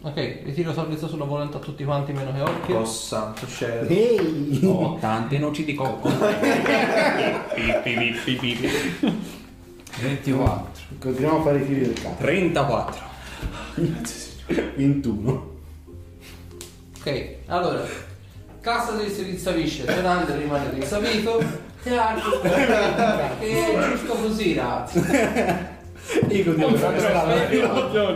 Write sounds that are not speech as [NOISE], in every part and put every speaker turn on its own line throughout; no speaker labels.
Ok, ritiro salvezza sulla volontà a tutti quanti meno che
Oh
occhio.
santo
certo.
cielo.
Ehi!
No, tante noci
[LAUGHS]
di cocco. Pi, pi, pi, pi, pi, pi.
24.
Continuiamo a fare i tiri del cazzo.
34.
21.
Ok, allora. Cassa si rinsavisce, Fernando rimane rinsavito. Teatro. e è giusto così, ragazzi.
Io continuo a fare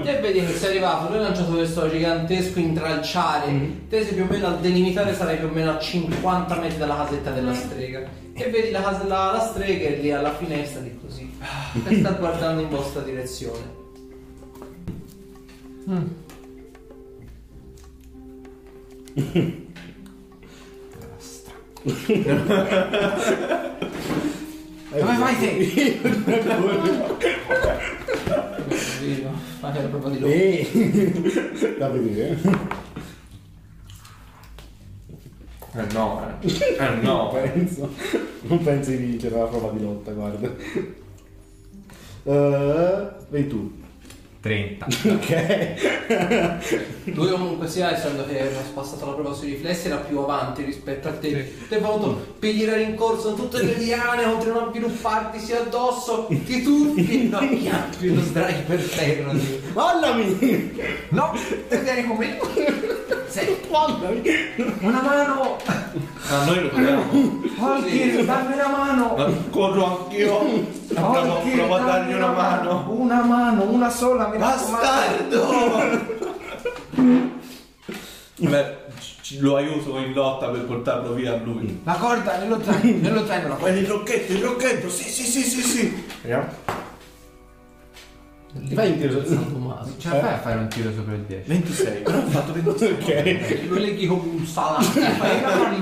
Te vedi che sei arrivato, lui ha lanciato questo gigantesco intralciare,
Mm.
te sei più o meno al delimitare sarai più o meno a 50 metri dalla casetta
Mm.
della strega. E vedi la, casa- la- la strega è lì alla finestra lì così.
Ah.
E sta guardando in vostra direzione.
Mm. Dove vai te?
Vero, ma era proprio di loro.
Ehi! [LAUGHS] Da vedere.
Eh no, eh. Eh no.
Non penso. Non penso di vincere la prova di lotta, guarda. Eh, 21.
30.
Ok.
Lui comunque sia, essendo che ha passato la prova sui riflessi, era più avanti rispetto a te. Te voto, pigliare rincorso in tutte le liane, continuano a vilupparti sia addosso, ti tuffi, no, chiappi, lo sdrai per terra. lì.
Mollami!
No, tu vieni con me. Sei
Mollami!
una mano.
Ma Ah, noi lo dobbiamo.
Holkir, dammi una mano.
Ma corro anch'io. Provo,
Holkir,
provo a
dammi
dargli una mano.
Una mano, una sola, mi raccomando. [LAUGHS]
Bastardo! Beh, ci- lo aiuto in lotta per portarlo via a lui.
La corda nello zaino, nello zaino la corda.
Quello il rocchetto, il rocchetto, sì, sì, sì, sì, sì.
Vediamo. Vai in tiro.
San Tommaso.
Ce la fai a fare un tiro sopra il 10?
26, però ho fatto 26.
Ok.
eh, Lo leghi come un salame.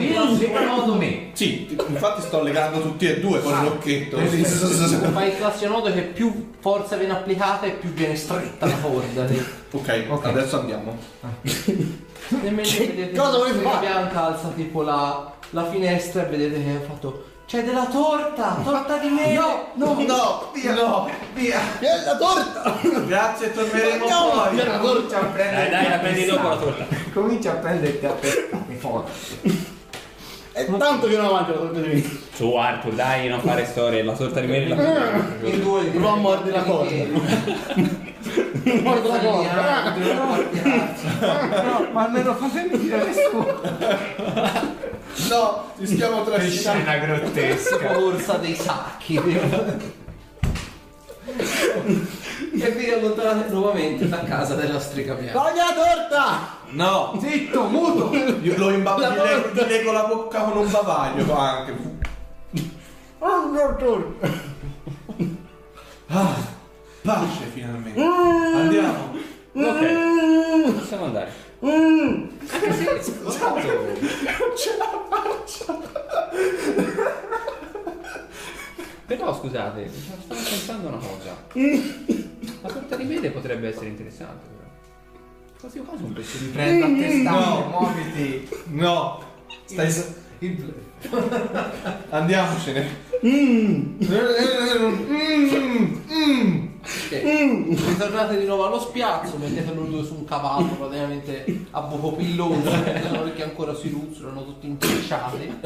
Io secondo me.
Sì, infatti sto legando tutti e due con il rocchetto.
Eh, sì, sì,
Fai il classico nodo che più forza viene applicata e più viene stretta la [LAUGHS] corda. te.
Ok, adesso andiamo.
E mentre vedete
cosa vuoi
la
fare?
bianca alza tipo la, la finestra e vedete che ha fatto... C'è della torta! Torta di mele!
No, no, via, no, via.
Vieni la torta!
Grazie, torneremo
Andiamo,
poi.
vieni la
Comincia
torta!
a prendere.
Dai, dai, la prendi dopo la torta.
Comincia a prenderti a [LAUGHS] pezzi forti.
È tanto che non avanti la torta di vino.
Su Arthur, dai, non fare storie. La sorta di me la
I due
Prova a mordere la corda.
[LAUGHS]
Guarda la
eh,
corda.
No, ma almeno fa sentire nessuno.
No, ti stiamo trascinando.
Scena
La
grottesca.
corsa dei
[LAUGHS]
sacchi. e vi allontanate nuovamente da casa della strega bianca.
Voglio la torta!
No,
Zitto, muto.
io lo
La
imbaglio,
torta.
gli leggo la bocca con un bavaglio anche.
Oh, no, torta!
Ah, pace finalmente. Andiamo.
Ok,
Mm,
possiamo andare.
mm.
Però scusate, stavo pensando una cosa. La sorta di mele potrebbe essere interessante, però. Quasi quasi un pezzo di
Prendo a testare,
No.
muoviti.
No, stai. s- Andiamocene. Mm, mm.
Ok. Ritornate di nuovo allo spiazzo, mettete loro due su un cavallo praticamente a buco pilloso, perché sono perché ancora si ruzzolano tutti intrecciati.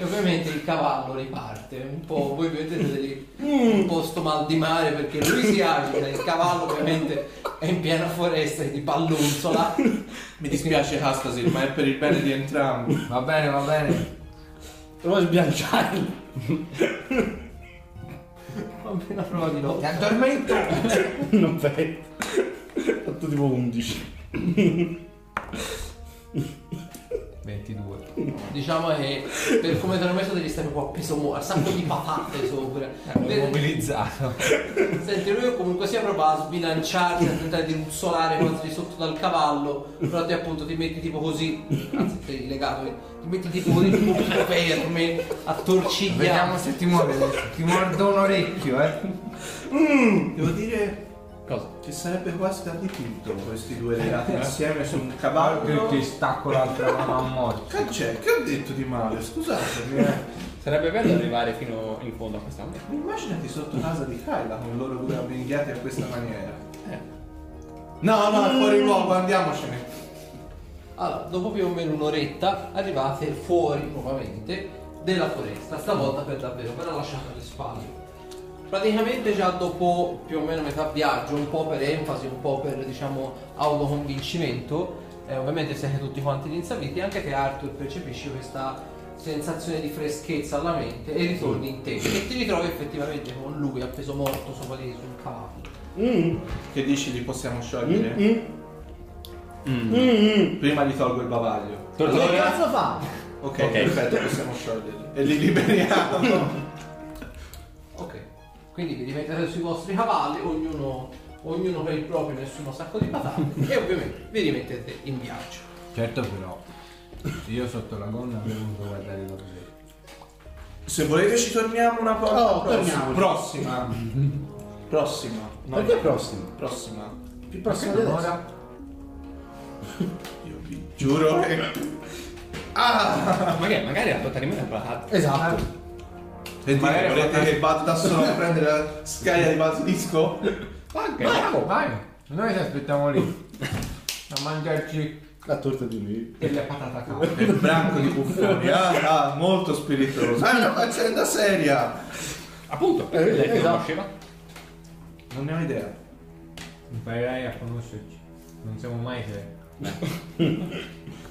E ovviamente il cavallo riparte, un po', voi vedete lì un po' sto mal di mare perché lui si agita, il cavallo ovviamente è in piena foresta e ti pallonzola.
Mi dispiace Hastasir, ma è per il bene di entrambi.
Va bene, va bene.
Prova a sbianciarlo.
Fa una prova di
Ti
lotta.
addormento.
Non penso. Ho fatto tipo 11.
22.
Diciamo che per come te l'ho messo devi stare un po' appeso mu- a sacco di patate sopra. Vedi-
Mobilizzato.
Senti, lui comunque sia prova a sbilanciarsi, a tentare di ruzzolare quasi di sotto dal cavallo, però te appunto ti metti tipo così, anzi sei legato, eh, ti metti tipo così, tipo tutto ferme, a
Vediamo
torcigliare.
se ti muove. adesso. Ti mordo un orecchio, eh.
Devo dire
Cosa?
che sarebbe quasi da dipinto questi due legati insieme su un cavallo.
Io ti stacco l'altra mano a morte.
Che c'è? Che ho detto di male? Scusatemi. eh.
Sarebbe bello arrivare fino in fondo a questa mela.
Eh. Immaginati sotto casa di Kyla con loro due abbinghiati a questa maniera. No, no, è fuori luogo, andiamocene.
Allora, dopo più o meno un'oretta arrivate fuori nuovamente della foresta, stavolta per davvero, per lasciare alle spalle. Praticamente già dopo più o meno metà viaggio, un po' per enfasi, un po' per diciamo autoconvincimento, eh, ovviamente siete tutti quanti rinsaviti, anche te Arthur percepisci questa sensazione di freschezza alla mente e ritorni in te e ti ritrovi effettivamente con lui appeso morto sopra di te sul cavallo.
Mm,
Che dici li possiamo sciogliere?
mm, mm, mm, mm.
Prima gli tolgo il bavaglio.
Che cazzo fa?
Ok,
Ok.
perfetto, possiamo scioglierli. E li [LAUGHS] liberiamo.
Ok, quindi vi rimetterete sui vostri cavalli, ognuno, ognuno per il proprio, nessuno sacco di patate e ovviamente vi rimettete in viaggio.
Certo però, io sotto la gonna avrei voluto guardare da te.
Se volete ci torniamo una volta.
Oh,
prossima.
torniamoci.
[LAUGHS] Prossima. Prossima. No,
Perché prossimo?
Prossima.
Più prossimo di adesso.
Io vi giuro che... Ah!
Magari, magari la tua tarimela è palata.
Esatto.
E dire,
Magari
volete che vado da solo [LAUGHS] a prendere la scaglia di vaso disco?
Bravo, vai! Noi ti aspettiamo lì. A mangiarci
La torta di lui.
delle patate calde.
Il branco di buffoni. Ah, ah, molto spiritoso. Ah, è una faccenda seria.
Appunto,
Eh,
perché lei che
esatto.
conosceva.
Non ne ho idea.
Imparerai a conoscerci. Non siamo mai tre.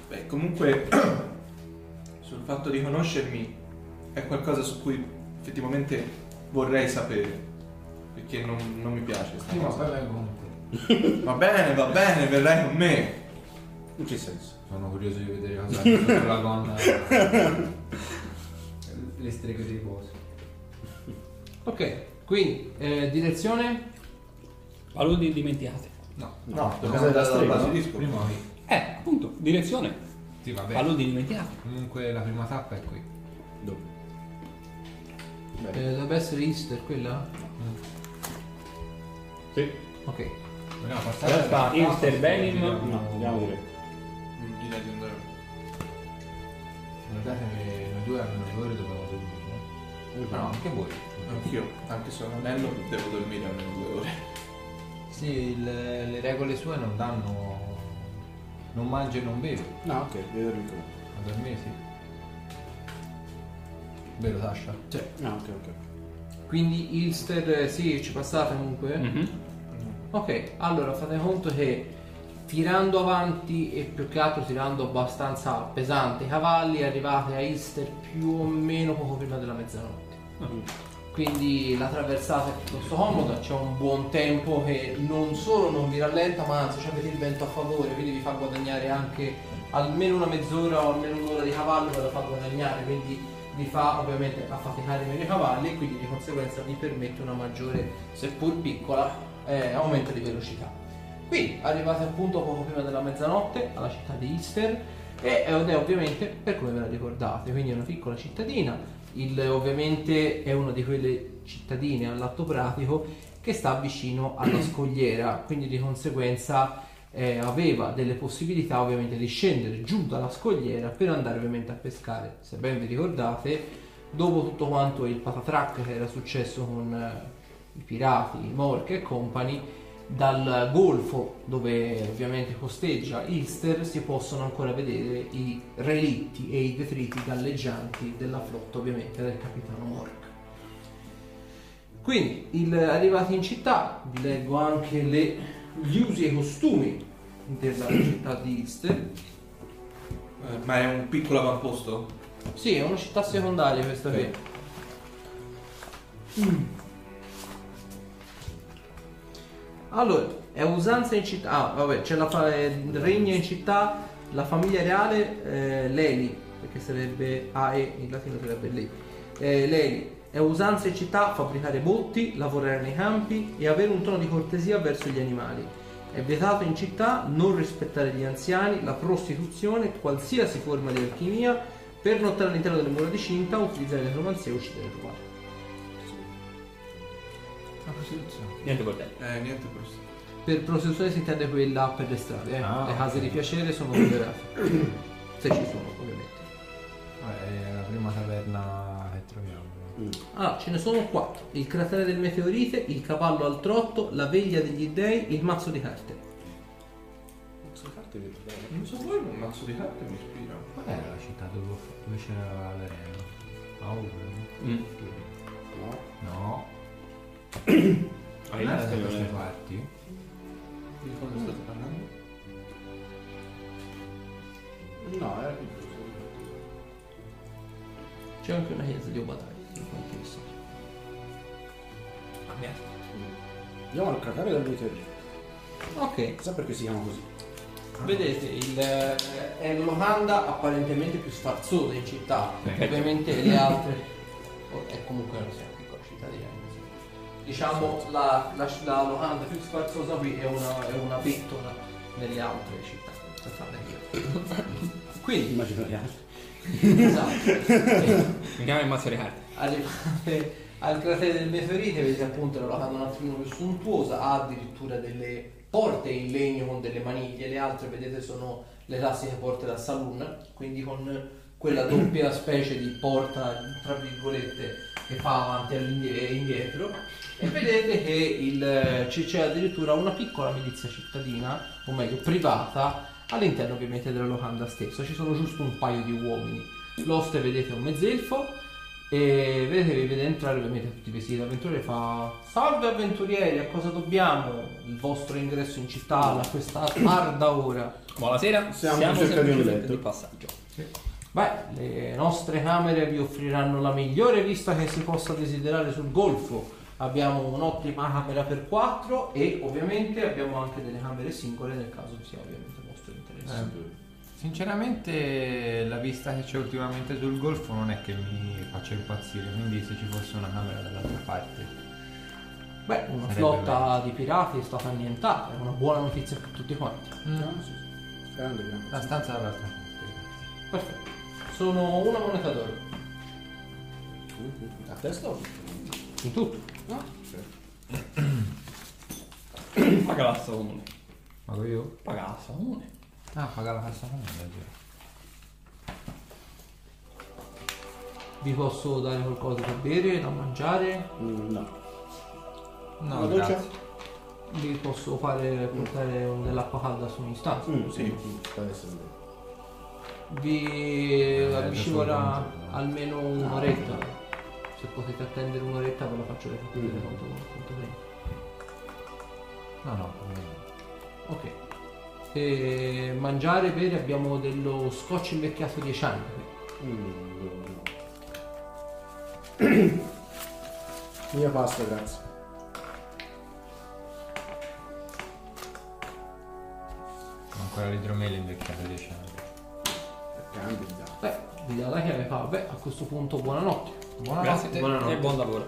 Beh, comunque [CLEARS THROAT] sul fatto di conoscermi è qualcosa su cui effettivamente vorrei sapere. Perché non, non mi piace questa
Prima o
cosa.
poi vengo con
Va bene, va bene, verrai con me.
In che senso?
te. Sono curioso di vedere cosa c'è sotto la gonna. Le streghe dei posi.
Ok, quindi eh, direzione?
Paludi dimenticate.
No.
No,
cosa
dobbiamo andare
da
dal
strega?
basilisco.
Prima qui.
Eh, appunto, direzione.
Sì, vabbè.
Paludi dimenticate.
Comunque la prima tappa è qui.
Dove? Bene.
Eh, dovrebbe essere Easter quella?
Sì.
Ok.
Dobbiamo passare.
Allora sta
dalla tappa,
Eh, Inster Benim.
vediamo-
No, vediamo lui.
Mm, Direi di andare.
Guardate che noi due hanno due ore dobbiamo dormire. eh. Ma no, anche voi.
Anch'io, anche se non bello, devo dormire almeno due ore.
Sì, il- le regole sue non danno. Non mangi e non bevi.
No, ok, devi dormire con me.
Ma dormire sì. Vero Sasha?
No, ok, ok.
Quindi Easter, eh, sì, ci passate comunque?
Mhm.
Ok, allora fate conto che tirando avanti e più che altro tirando abbastanza pesante i cavalli arrivate a Easter più o meno poco prima della mezzanotte. Quindi la traversata è piuttosto comoda, c'è un buon tempo che non solo non vi rallenta ma anzi c'è avete il vento a favore, quindi vi fa guadagnare anche almeno una mezz'ora o almeno un'ora di cavallo ve la fa guadagnare, quindi vi fa ovviamente affaticare meno i cavalli e quindi di conseguenza vi permette una maggiore, seppur piccola, eh, aumento di velocità. Qui arrivate appunto poco prima della mezzanotte alla città di Easter e ed è ovviamente per come ve la ricordate, quindi è una piccola cittadina, il, ovviamente è una di quelle cittadine all'atto pratico che sta vicino alla scogliera, quindi di conseguenza eh, aveva delle possibilità ovviamente di scendere giù dalla scogliera per andare ovviamente a pescare, se ben vi ricordate, dopo tutto quanto il patatrack che era successo con eh, i pirati, i morchi e compagni, dal golfo dove ovviamente costeggia Easter si possono ancora vedere i relitti e i detriti galleggianti della flotta ovviamente del capitano Mork. Quindi il- arrivati in città vi leggo anche le- gli usi e i costumi della città di Easter.
Eh, Ma è un piccolo avamposto?
Sì, è una città secondaria questa qui. Mm. Allora, è usanza in città. Ah, vabbè, c'è la fa- eh, regna in città la famiglia reale eh, Leli, perché sarebbe AE in latino sarebbe lei. Eh, Leli. È usanza in città fabbricare botti, lavorare nei campi e avere un tono di cortesia verso gli animali. È vietato in città non rispettare gli anziani, la prostituzione, qualsiasi forma di alchimia, pernottare all'interno delle mura di cinta, utilizzare le romanzie e uccidere il rubare.
La costituzione.
Niente bordello.
Eh, niente questo.
Per prostituzione si intende quella per le strade, eh.
Ah,
le case di piacere sono liberate. Se ci sono, ovviamente.
Vabbè, Ah, è la prima taverna che troviamo.
Mm.
Allora, ce ne sono quattro. Il cratere del meteorite, il cavallo al trotto, la veglia degli dei, il mazzo di carte.
carte che ti danno.
Non so voi, ma un mazzo di carte mi ispira.
Qual era la città dove, dove c'era l'arena? Auro?
No?
No.
Mm. [COUGHS] Hai
Non era da
visto
queste
che-
parti?
Di cosa state parlando?
No, era più
C'è anche una chiesa di Obadai, se può interessare.
Andiamo a raccattare dal meteorito.
Ok,
Chissà perché si chiama così.
vedete, il, eh, è la locanda apparentemente più sfarzosa in città.
Sì.
Ovviamente le altre... oh, è comunque una sia piccola cittadina. così. Diciamo, la, la, la locanda più sfarzosa qui è una, è una bettola nelle altre città. per farla dire. Quindi,
Immagino gli altri.
esatto.
Mi chiama il mazzo di carte.
Arrivate [LAUGHS] al cratere del meteorite, vedete appunto la locanda un attimino più sontuosa, ha addirittura delle porte in legno con delle maniglie, le altre vedete sono le classiche porte da saloon, quindi con quella doppia specie di porta, tra virgolette, che fa avanti all'indie- e indietro. E vedete che il- c- c'è addirittura una piccola milizia cittadina, o meglio privata, all'interno ovviamente della locanda stessa. Ci sono giusto un paio di uomini. L'oste vedete è un mezzelfo, e vedete che vi vede entrare ovviamente tutti vestiti da avventurieri fa Salve avventurieri, a cosa dobbiamo? Il vostro ingresso in città alla questa tarda ora.
Buonasera,
Siamo in cerca di un
semplicemente
letto.
di passaggio.
Beh, le nostre camere vi offriranno la migliore vista che si possa desiderare sul golfo. Abbiamo un'ottima camera per quattro e ovviamente abbiamo anche delle camere singole nel caso sia ovviamente vostro interesse.
Eh, Sinceramente la vista che c'è ultimamente sul golfo non è che mi faccia impazzire, quindi se ci fosse una camera dall'altra parte.
Beh, una
Sarebbe
flotta di pirati è stata annientata, è una buona notizia per tutti quanti.
No, sì, sì. Grande, grande.
La stanza dall'altra parte.
Perfetto. Sono una moneta d'oro.
A testa o?
In tutto.
No? Sì.
Paga la salone.
Vado io?
Paga la salone.
Ah, paga la cassa con me.
Vi posso dare qualcosa da bere, da mangiare,
Mm, no.
No,
Una doccia?
grazie.
vi posso fare portare un- dell'acqua calda su ogni stanza.
Mm, sì. Sta essendo.
Vi
Eh,
ci
adesso
vorrà
non mangiare. Ah,
almeno un'oretta. Se potete attendere un'oretta ve la faccio vedere
Mm.
quanto, quanto prima.
No, no, no.
Ok. E mangiare, bere, abbiamo dello scotch invecchiato 10 anni.
Mm, no, no. Mia pasta, grazie.
ancora l'idromele invecchiato 10 anni.
Candida.
Beh, vi dà la chiave, fa, beh, a questo punto buonanotte.
Grazie a te
buonanotte.
e buon lavoro.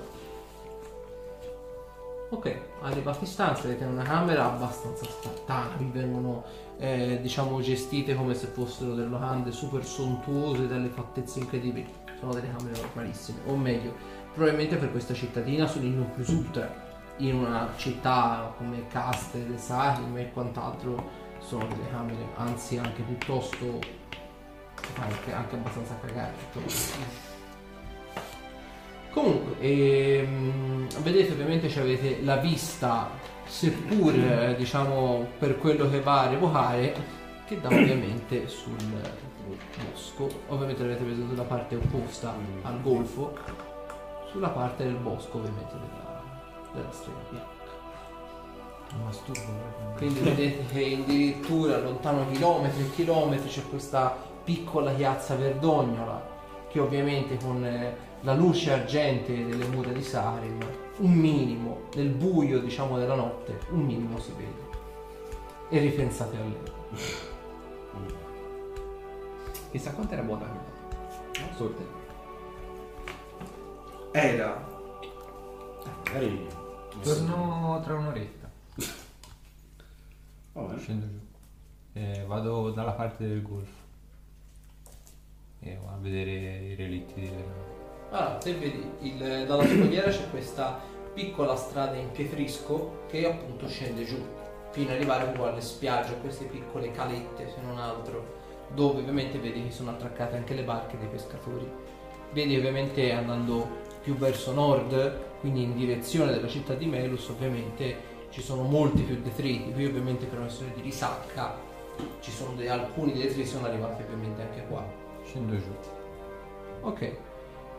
Ok, arrivate in stanza, avete una camera abbastanza spartana, vi vengono eh, diciamo gestite come se fossero delle locande super sontuose dalle fattezze incredibili. Sono delle camere normalissime, o meglio, probabilmente per questa cittadina sono in un presumpto in una città come Castel, Sarim e quant'altro sono delle camere, anzi anche piuttosto anche, anche abbastanza cagate. insomma. Comunque, ehm, vedete ovviamente ci avete la vista, seppur eh, diciamo per quello che va a revocare, che dà ovviamente sul bosco. Ovviamente l'avete preso dalla parte opposta al golfo, sulla parte del bosco ovviamente della, della strega bianca.
Un masturbo.
Quindi vedete che addirittura lontano chilometri e chilometri c'è questa piccola piazza verdognola che ovviamente con eh, la luce argente delle mura di Sarim, un minimo, nel buio diciamo della notte, un minimo si vede. E ripensate a lei.
Mm.
Chissà quanto era buona quella. Sorte.
Era.
Magari.
Torno tra un'oretta.
Va bene.
Scendo giù. Eh, vado dalla parte del golfo. E vado a vedere i relitti di
Allora, te Ah, vedi, il- dalla scogliera c'è questa piccola strada in pietrisco che appunto scende giù fino ad arrivare un po' alle spiagge, a queste piccole calette se non altro, dove ovviamente vedi che sono attraccate anche le barche dei pescatori. Vedi ovviamente andando più verso nord, quindi in direzione della città di Melus, ovviamente ci sono molti più detriti, qui ovviamente per una questione di risacca Ci sono de- alcuni dei tre sono arrivati ovviamente anche qua.
Scendo giù.
Ok.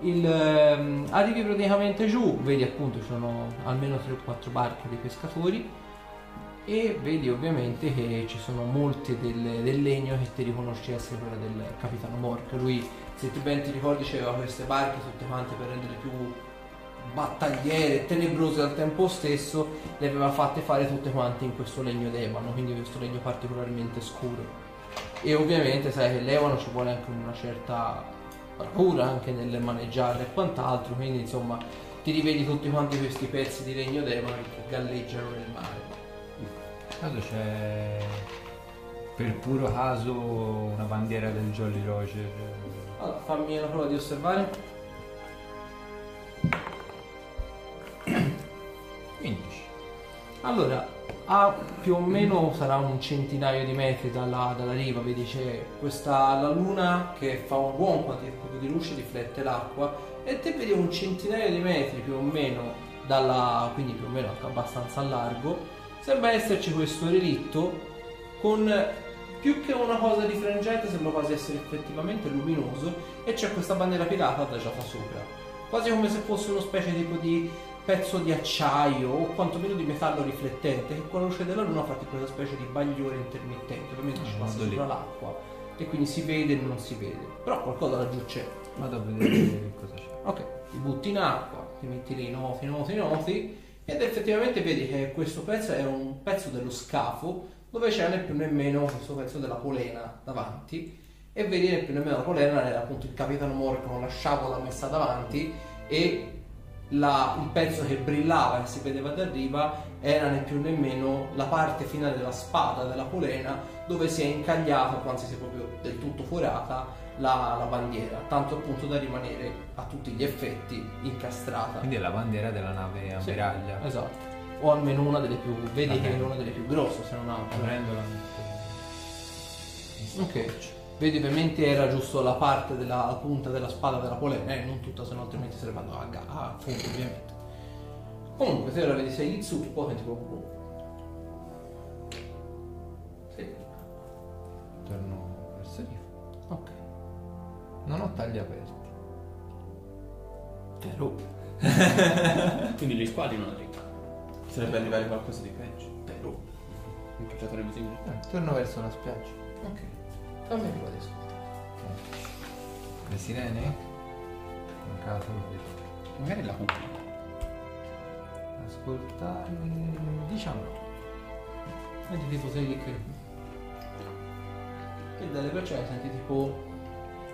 Il, ehm, arrivi praticamente giù, vedi appunto ci sono almeno 3 o 4 barche di pescatori e vedi ovviamente che ci sono molte del, del legno che ti riconosci essere quella del capitano Mork. Lui, se ti ben ti ricordi, aveva queste barche tutte quante per renderle più battagliere, tenebrose al tempo stesso, le aveva fatte fare tutte quante in questo legno d'ebano, quindi questo legno particolarmente scuro. E ovviamente sai che l'ebano ci vuole anche una certa cura anche nel maneggiare e quant'altro, quindi insomma ti rivedi tutti quanti questi pezzi di legno d'ebano che galleggiano nel mare.
Caso c'è per puro caso una bandiera del Jolly Roger. eh,
Allora, fammi una prova di osservare.
15.
Allora, a più o meno sarà un centinaio di metri dalla, dalla riva, vedi c'è questa la luna che fa un buon quantitativo di luce, riflette l'acqua e te vedi un centinaio di metri più o meno dalla, quindi più o meno anche abbastanza a largo, sembra esserci questo relitto con più che una cosa di frangente sembra quasi essere effettivamente luminoso e c'è questa bandiera pirata adagiata sopra, quasi come se fosse uno specie tipo di pezzo di acciaio o quantomeno di metallo riflettente che con la luce della luna fa tipo quella specie di bagliore intermittente, ovviamente
Ah,
ci passa
vado lì.
sopra l'acqua e quindi si vede e non si vede, però qualcosa laggiù c'è.
Vado a
[COUGHS]
vedere cosa c'è.
Ok, ti butti in acqua, ti metti lì noti, noti, noti ed effettivamente vedi che questo pezzo è un pezzo dello scafo dove c'è né più né meno questo pezzo della polena davanti e vedi né più né meno la polena era appunto il capitano Morgan con la sciabola messa davanti e la- il pezzo che brillava e si vedeva da riva era né più né meno la parte finale della spada della polena dove si è incagliata, o anzi si è proprio del tutto forata, la, la bandiera, tanto appunto da rimanere a tutti gli effetti incastrata.
Quindi è la bandiera della nave
Sì,
ammiraglia.
Esatto. O almeno una delle più. Vedi
Ok.
che è una delle più grosse, se non altro.
Prendo la eh.
Ok. Vedi ovviamente era giusto la parte della la punta della spada della polena, eh, non tutta, se no altrimenti sarebbe andato a ga- a fondo ovviamente. Comunque, se ora vedi sei il zuppo, che tipo. boh. Sì,
Torno verso riva.
ok.
Non ho tagli aperti.
Però.
Eh, Quindi gli squali non arrivano.
Sarebbe arrivare qualcosa di peggio.
Però.
Perché ci saremmo sicuri.
Eh, torno verso la spiaggia.
Ok. Fammi arrivare adesso.
Le sirene? In caso non vedo.
Magari la compagnia.
Ascoltare. Diciamo no.
Senti tipo sei che. E dalle persone senti tipo.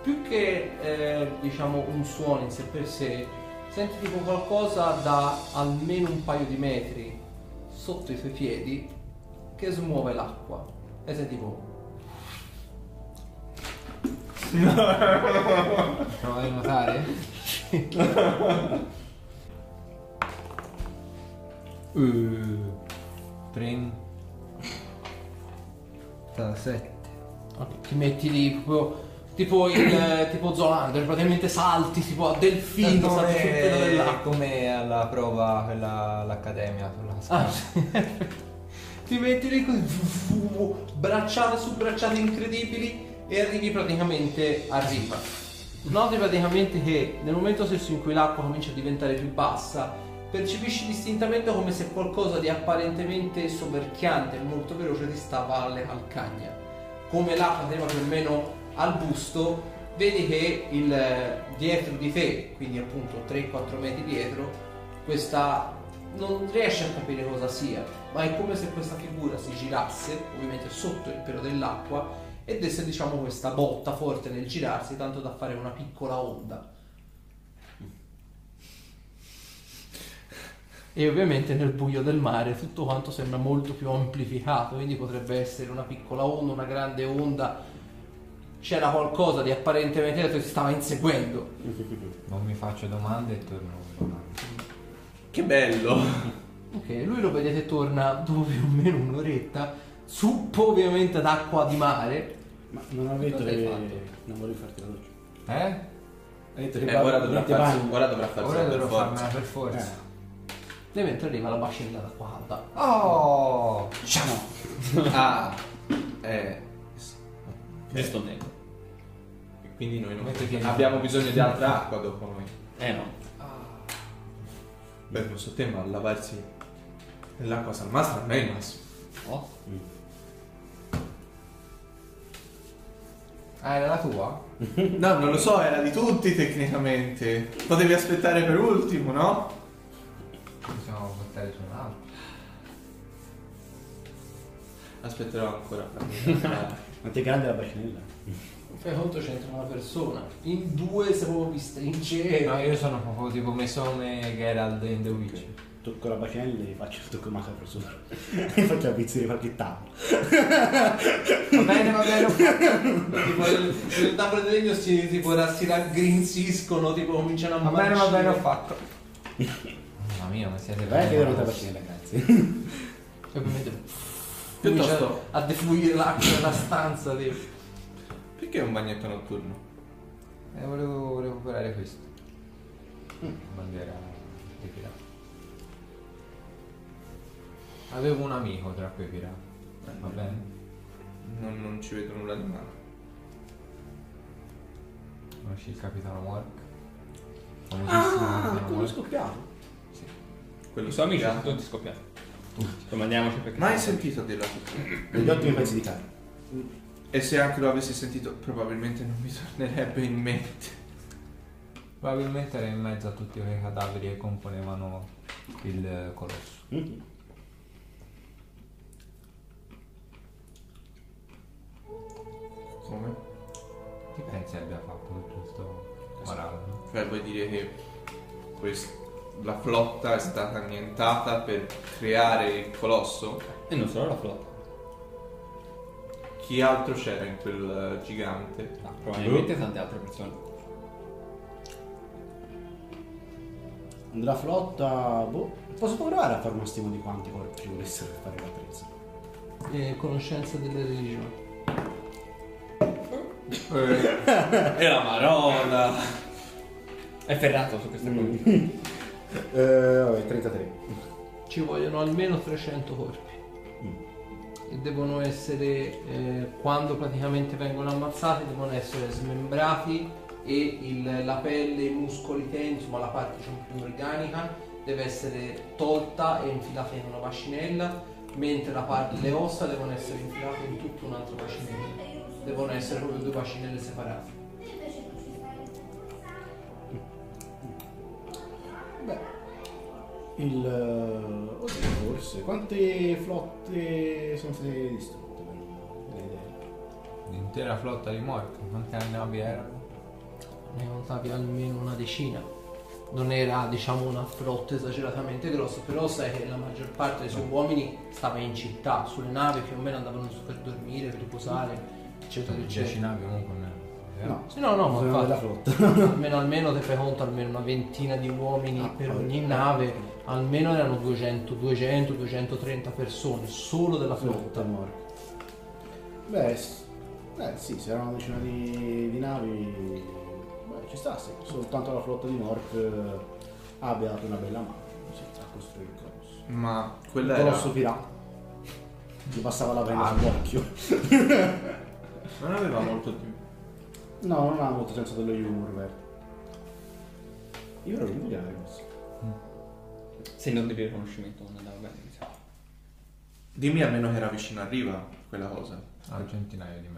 Più che eh, diciamo un suono in sé per sé, senti tipo qualcosa da almeno un paio di metri sotto i tuoi piedi che smuove l'acqua. E sei tipo.
Prova
[LAUGHS]
a notare? Eh, 37.
ok, Ti metti lì proprio. Tipo il eh, tipo Zolander, praticamente salti tipo a delfino, salti sul pelo
Come,
dell'acqua.
come alla prova quella l'accademia sulla
Ah,
scala.
sì. [LAUGHS] Ti metti lì così, fu- fu- bracciate su bracciate incredibili e arrivi praticamente a riva. Noti praticamente che nel momento stesso in cui l'acqua comincia a diventare più bassa, percepisci distintamente come se qualcosa di apparentemente soverchiante e molto veloce ti stava alle calcagna. Come l'acqua arriva più o meno al busto, vedi che il, eh, dietro di te, quindi appunto 3-4 metri dietro, questa non riesci a capire cosa sia, ma è come se questa figura si girasse, ovviamente sotto il pelo dell'acqua, ed esse diciamo questa botta forte nel girarsi, tanto da fare una piccola onda. E ovviamente nel buio del mare tutto quanto sembra molto più amplificato, quindi potrebbe essere una piccola onda, una grande onda. C'era qualcosa di apparentemente che ti stava inseguendo.
eh. [LAUGHS]
Non mi faccio domande e torno.
Che bello!
Ok, lui lo vedete torna dopo più o meno un'oretta, suppo ovviamente d'acqua di mare.
Ma non ha detto
Cosa hai
che
fatto?
non volevi farti la doccia.
Eh?
Ha detto che
Eh,
va-
ora dovrà
metti
farsi,
bagno.
ora dovrà farsi
Ora
per
dovrò
forza.
farmela per forza.
Eh.
E mentre arriva la bacina d'acqua alta.
Oh!
Ciao.
Ah, eh,
Questo nego.
Quindi noi non
Metti che-
abbiamo bisogno di [LAUGHS] altra acqua dopo noi.
Eh no.
Ah,
Beh, non so te, ma lavarsi nell'acqua salmastra non è il massimo.
No?
Ah, era la tua?
No, non lo so, era di tutti tecnicamente. Potevi aspettare per ultimo, no?
Possiamo portare su un'altra.
Aspetterò ancora. [LAUGHS] Vabbè,
Quanto è grande la bacinella?
Fai conto c'entra una persona. In due se proprio vi stringeva.
No, io sono proprio tipo messo come Geralt in The Witcher.
Tocco la bacinella e faccio il tocco macabro sopra. [LAUGHS] E faccio la pizza di qualche tavolo.
Va bene, va bene.
tipo il, il tavolo di legno si, tipo, ra- si raggrinziscono, tipo cominciano a
Va bene, va bene, ho
marcire.
fatto.
Mamma mia, ma siete
Vai a chiedere un'altra
grossi.
bacinella, grazie.
E
[LAUGHS]
Cioè, ovviamente
Piuttosto-
comincia a defluire l'acqua nella stanza. Tipo.
Perché un bagnetto notturno?
Eh, volevo recuperare questo.
Mm.
Bandiera dei pirati. Avevo un amico tra quei pirati. Va bene.
Non, non ci vedo nulla di male.
Conosci il capitano Mork? Famosissimo
Ah,
capitano
quello
Mork.
scoppiato.
Quello
I suoi amici sono
scopriamo.
tutti scoppiati. Tutti. Domandiamoci perché.
Mai sentito della cultura.
Gli ottimi pezzi di carne.
E se anche lo avessi sentito, probabilmente non mi tornerebbe in mente.
Probabilmente era in mezzo a tutti quei cadaveri che componevano il eh, colosso.
Mm.
Come?
Ti pensi abbia fatto tutto questo parado?
Cioè vuoi dire che quest- la flotta è stata annientata per creare il colosso?
E non solo la flotta.
Chi altro c'era in quel eh, gigante?
Ah, probabilmente tante altre persone.
Della flotta, boh. Posso provare a fare uno stimo di quanti corpi ci volessero per fare la presa?
Eh, conoscenza delle religioni.
E la marola! È ferrato su questa cosa.
Eh, vabbè, 33.
Ci vogliono almeno 300 corpi. E devono essere, eh, quando praticamente vengono ammazzati, devono essere smembrati e il- la pelle, i muscoli, te- insomma la parte diciamo, più organica deve essere tolta e infilata in una mascinella, mentre la parte, le ossa devono essere infilate in tutta un'altra mascinella. Devono essere proprio due mascinelle separate.
Beh, il... eh, oddio, forse. Quante flotte sono state distrutte? Per per idea.
L'intera flotta di Mork, quante navi erano?
ne contavi almeno una decina. Non era diciamo una flotta esageratamente grossa, però sai che la maggior parte dei suoi uomini stava in città, sulle navi più o meno andavano su per dormire, per riposare, eccetera,
10
eccetera.
Cioè, navi comunque non erano.
No,
Sì, no, no, ma
sono della
infatti,
flotta.
almeno, almeno te fai conto, almeno una ventina di uomini
Ah,
per
vabbè.
ogni nave, almeno erano 200, 200, 230 persone, solo della
flotta
flotta.
morta. Beh, s- eh, sì, se erano una decina di, di navi, beh, ci sta, se soltanto la flotta di Mork eh, abbia dato una bella mano sì, a costruire il colosso.
Ma
Il
quella
colosso
era...
pirata. Gli passava la penna
Ah.
sull'occhio.
Non aveva molto di...
No, non ha molto senso dello humor, vero? Io ero l'unico che l'aveva messo.
Se non devi riconoscimento non andava bene, mi
diciamo.
sa.
Dimmi almeno che era vicino a riva quella cosa.
A Ah, un centinaio di metri.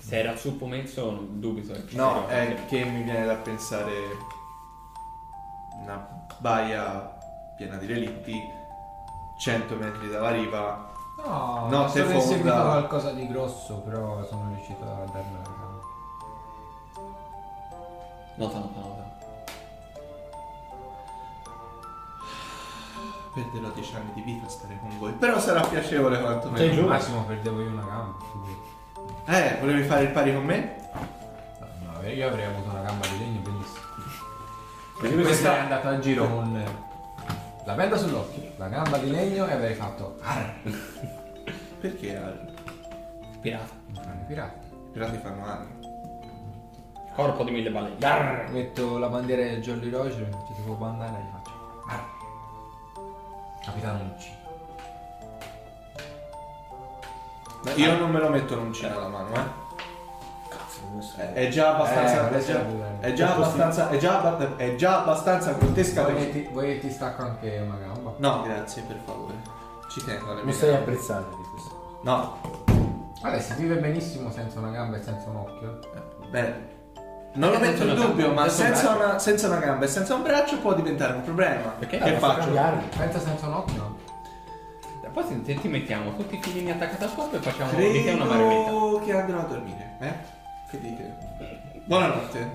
Se era sul pomezzo non dubito. che ci
No, eh.
sia.
è che mi viene da pensare una baia piena di relitti, 100 metri dalla riva.
No,
No, se
se avessi
fonda-
seguito qualcosa di grosso, però sono riuscito a darne la gamba.
Nota, nota, nota.
Perderò 10 anni di vita a stare con voi. Però sarà piacevole
Sei
quantomeno.
giovane.
Al massimo perdevo io una gamba. figurati.
Eh, volevi fare il pari con me?
No, io avrei avuto una gamba di legno benissimo.
Perché
Questa
questa-
è andato a giro con eh, la penna sull'occhio, la gamba di legno e avrei fatto "Arr!"
Perché Harry?
Pirata.
Fanno i pirati.
I pirati fanno anni.
Corpo di mille balle. Darr!
Metto la bandiera del Jolly Roger, ci tipo bandana e gli faccio "Arr!" Capitano Ucci.
Ma Io non me lo metto l'uncino alla mano, eh.
Cazzo, non so.
È è già abbastanza. Eh, è, già, è già abbastanza. È già, abba- è già abbastanza grottesca
Vuoi
perché.
che ti- Vuoi che ti stacco anche una gamba?
No, grazie, per favore. Ci tengo alle
Mi
mie
stai
gambe.
apprezzando di questo.
No,
Vabbè, si vive benissimo senza una gamba e senza un occhio.
beh. Non lo metto in dubbio, ma senza una, senza una gamba e senza un braccio può diventare un problema. Perché? Che faccio?
Cambiarli.
Pensa senza un occhio?
Poi se- se ti mettiamo tutti i filini attaccati al corpo e facciamo di te una marionetta.
Credo che andrò a dormire, eh? Che dite? Buonanotte.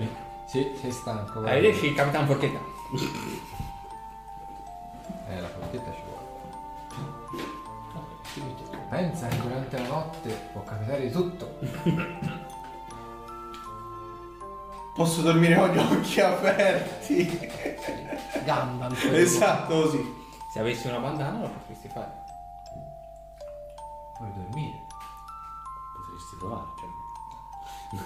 Sì, sei stanco. guarda.
Arrivederci, Capitan Forchetta.
Eh, la forchetta ci vuole. Pensa che durante la notte può capitare di tutto.
Posso dormire con gli occhi aperti.
Gandalf.
Esatto, così.
Se avessi una bandana lo potresti fare.
Puoi dormire.
Potresti provare. Cioè.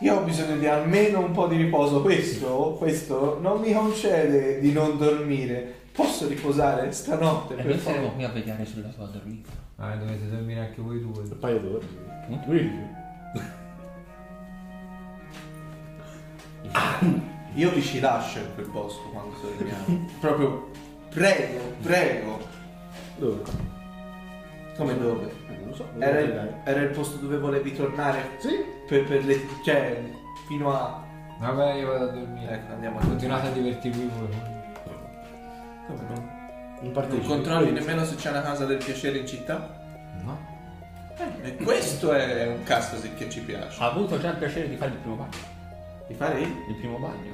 Io ho bisogno di almeno un po' di riposo. Questo, questo non mi concede di non dormire. Posso riposare stanotte,
E
per
noi saremo
favore?
qui a vegliare sulla tua dormita.
Ah, dovete dormire anche voi
Un
due.
paio d'ore.
Mm? Io vi ci lascio in quel posto quando dormiamo. Proprio prego, prego.
Dove?
Come dove?
Eh, non lo so.
Era
dove
il, era il posto dove volevi tornare
Sì.
per, per le... cioè fino a...
Vabbè, io vado a dormire.
Ecco, andiamo a
Continuate a divertirvi voi.
Come no?
Non
Non
partecipi.
controlli nemmeno se c'è una casa del piacere in città?
No?
E questo è un cast che ci piace.
Ha avuto già il piacere di fare il primo bagno.
Ah.
Di fare io?
Il primo bagno.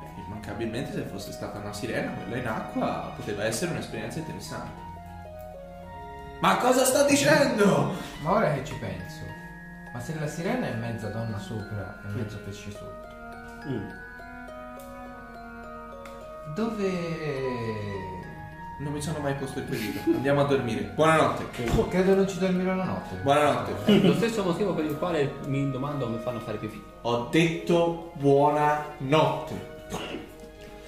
Beh, Immancabilmente se fosse stata una sirena, quella in acqua poteva essere un'esperienza interessante. Ma cosa sta dicendo?
Ma ora che ci penso, ma se la sirena è mezza donna sopra e mezzo pesce sotto,
Mm.
dove...
Non mi sono mai posto il quesito. Andiamo a dormire. Buonanotte.
Credo non ci dormirò la notte.
Buonanotte.
Lo stesso motivo per il quale mi domando come fanno a fare più figli.
Ho detto buonanotte.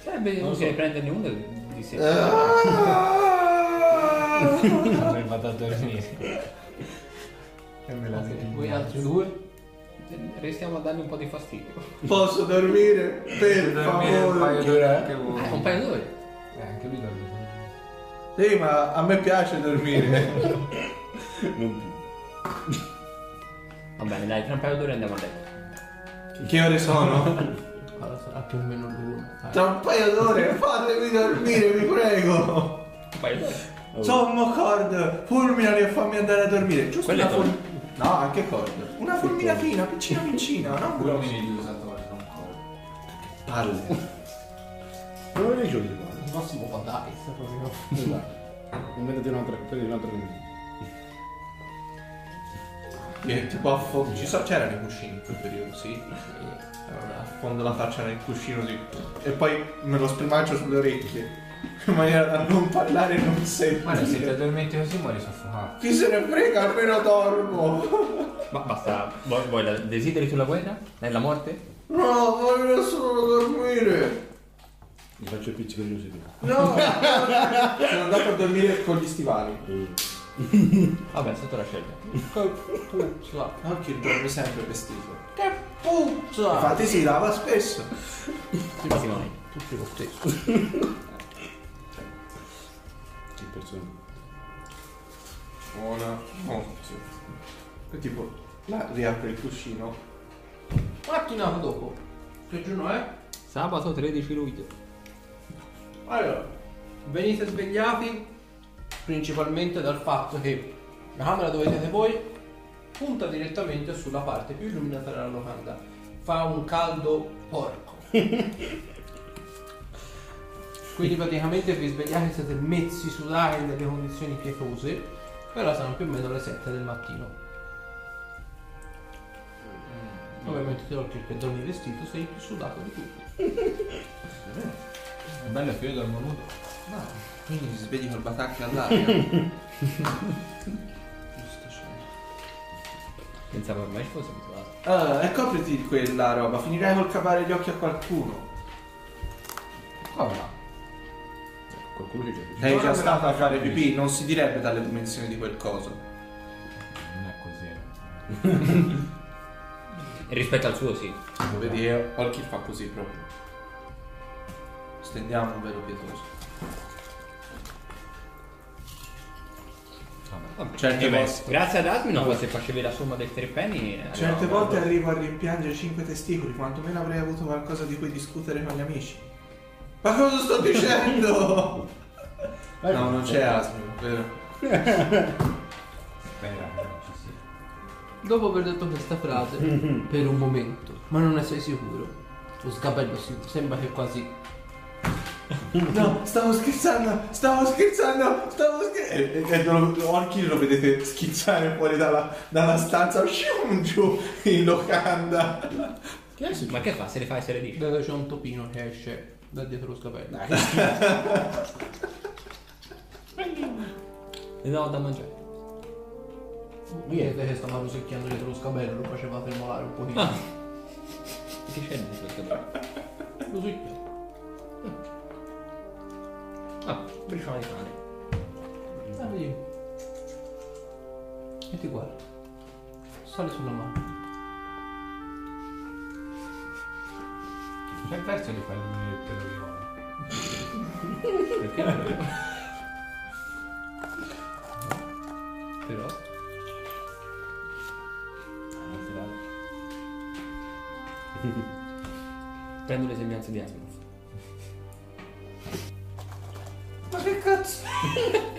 Sarebbe utile prenderne uno di sé.
Eh. Ah!
Dove vado a [LAUGHS] dormire? e me la
Ok,
sento.
Voi altri due?
Restiamo a dargli un po' di fastidio.
Posso dormire? Per
Dormire un paio
favore.
d'ore anche
Eh, un
voi.
paio d'ore.
Eh, anche lui dorme.
Sì, ma a me piace dormire.
Va bene, dai, tra un paio d'ore andiamo a letto.
Che ore sono?
Allora sarà più o meno l'uno. dai.
Tra un paio d'ore fatemi dormire, vi prego.
Oh.
Un paio d'ore.
Sommo cord, fulminami e fammi andare a dormire. Giusto
Quello
una
è Thor.
ful- No, anche cord. Una fulmina fina, piccina piccina, no? grossa.
di usatore, non corpo.
Palle.
Non avevi giù di qua.
Il prossimo va dai,
Eh,
se proprio.
Esatto. Non vedete un'altra. Prendi un'altra cosa.
Che tipo affo- Ci so, c'erano i cuscini in quel periodo, sì. Allora, affondo la faccia nel cuscino sì. E poi me lo spremaccio sulle orecchie. In maniera da non parlare e non
Guarda, se ti
sentire.
addormenti così muori soffocato.
Chi se ne frega, almeno dormo.
Ma basta, vuoi, vuoi la- desideri sulla guerra? Nella morte?
No, voglio solo dormire.
Mi faccio il pizzico di musica.
No. Sono andato a dormire con gli stivali.
Mm.
Vabbè, sotto la sceglia.
Che puzza!
Occhio, dorme sempre vestito.
Che puzza!
Infatti si lava spesso.
Ma Simone,
Tutti lo stesso.
Che persone.
Buona notte. E tipo, la riapre il cuscino.
Un attimo dopo. Che giorno è?
sabato 13 luglio.
Allora, venite svegliati principalmente dal fatto che la camera dove siete voi punta direttamente sulla parte più illuminata della locanda. Fa un caldo porco. Quindi praticamente vi svegliate siete messi sudati in delle condizioni pietose, però sono più o meno le 7 del mattino. Ovviamente ti occhio che dormi vestito sei il più sudato di tutti.
È bello che io dormo nudo.
No, quindi ti svegli col batacchio all'aria. Giusto, c'è.
Pensavo ormai ci fosse abituato.
Ah, e copriti di quella roba, finirai col cavare gli occhi a qualcuno.
Cosa?
Qualcuno tu che giochi.
Sei già stata a fare pipì, non si direbbe dalle dimensioni di quel coso.
Non è così. eh.
E rispetto al suo sì.
Lo vedi, eh, Olkir fa così proprio. Stendiamo un velo pietoso. Certe volte,
Grazie ad Asminov se facevi la somma del tre penny. eh,
certe
no,
volte
guarda.
arrivo a rimpiangere cinque testicoli, quantomeno avrei avuto qualcosa di cui discutere con gli amici. Ma cosa sto dicendo?
Vai,
no, non
vai.
c'è Asmin, vero?
Spera che non ci sia.
Dopo aver detto questa frase, per un momento, ma non ne sei sicuro, lo sgabello si sembra che quasi...
No, stavo scherzando, stavo scherzando, stavo scherzando. E, e lo- Orchi lo vedete schizzare fuori dalla, dalla stanza, shum, giù in locanda.
Che è successo?
Ma che fa? Se le fa essere lì.
Vedo c'è un topino che esce da dietro lo sgabello. [LAUGHS]
Dai, che schifo.
Le do da mangiare.
Vedete che stava rosicchiando dietro lo sgabello, lo faceva tremolare un pochino.
Ah. Che c'è di questo?
Lo succhia.
Ah, briciole di pane.
Ah, vedi. E ti guarda. Sale sulla mano.
C'è il terzo che fa il mio pelo viola.
Però. Prendo le sembianze di Asminov.
Ma che cazzo?